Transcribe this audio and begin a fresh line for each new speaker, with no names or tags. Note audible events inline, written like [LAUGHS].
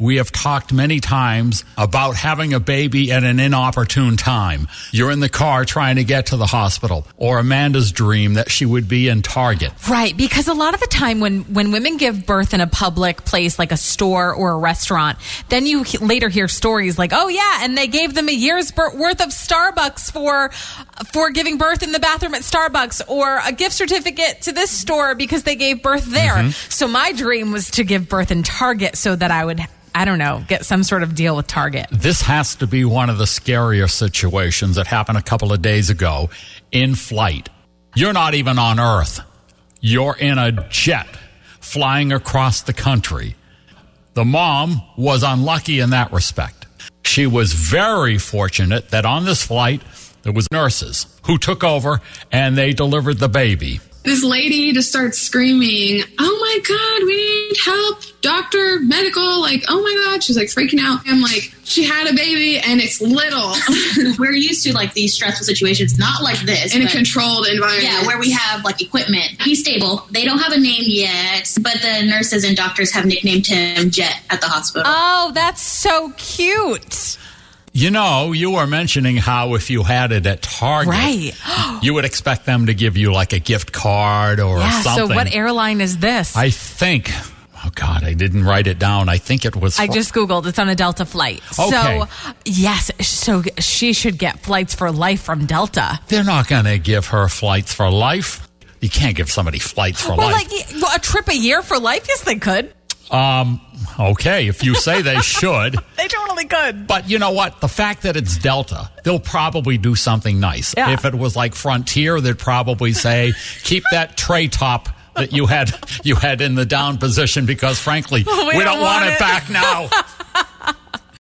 We have talked many times about having a baby at an inopportune time. You're in the car trying to get to the hospital, or Amanda's dream that she would be in Target.
Right, because a lot of the time when when women give birth in a public place like a store or a restaurant, then you he- later hear stories like, "Oh yeah, and they gave them a year's bur- worth of Starbucks for for giving birth in the bathroom at Starbucks or a gift certificate to this store because they gave birth there." So my dream was to give birth in Target so that I would I don't know, get some sort of deal with Target.
This has to be one of the scarier situations that happened a couple of days ago in flight. You're not even on Earth, you're in a jet flying across the country. The mom was unlucky in that respect. She was very fortunate that on this flight there was nurses who took over and they delivered the baby.
this lady just starts screaming, Oh my God, we need help. Doctor, medical, like, oh my God. She's like freaking out. I'm like, She had a baby and it's little
[LAUGHS] we're used to like these stressful situations, not like this.
in a
but-
controlled environment.
yeah, where we have like equipment. He's stable. They don't have a name yet, but the nurses and doctors have nicknamed him Jet at the hospital.
Oh, that's so cute.
You know, you were mentioning how if you had it at Target,
Right. [GASPS]
you would expect them to give you like a gift card or
Yeah,
something.
so what airline is this?
I think. Oh God, I didn't write it down. I think it was.
I just googled. It's on a Delta flight.
Okay.
So yes, so she should get flights for life from Delta.
They're not going to give her flights for life. You can't give somebody flights for
Well,
life.
like well, a trip a year for life. Yes, they could.
um. Okay, if you say
[LAUGHS]
they should,
They totally could.
but you know what? The fact that it's Delta, they'll probably do something nice.
Yeah.
If it was like Frontier, they'd probably say, "Keep that tray top." That you had you had in the down position because frankly we,
[LAUGHS] don't
don't, want,
want
it
it. [LAUGHS]
back now.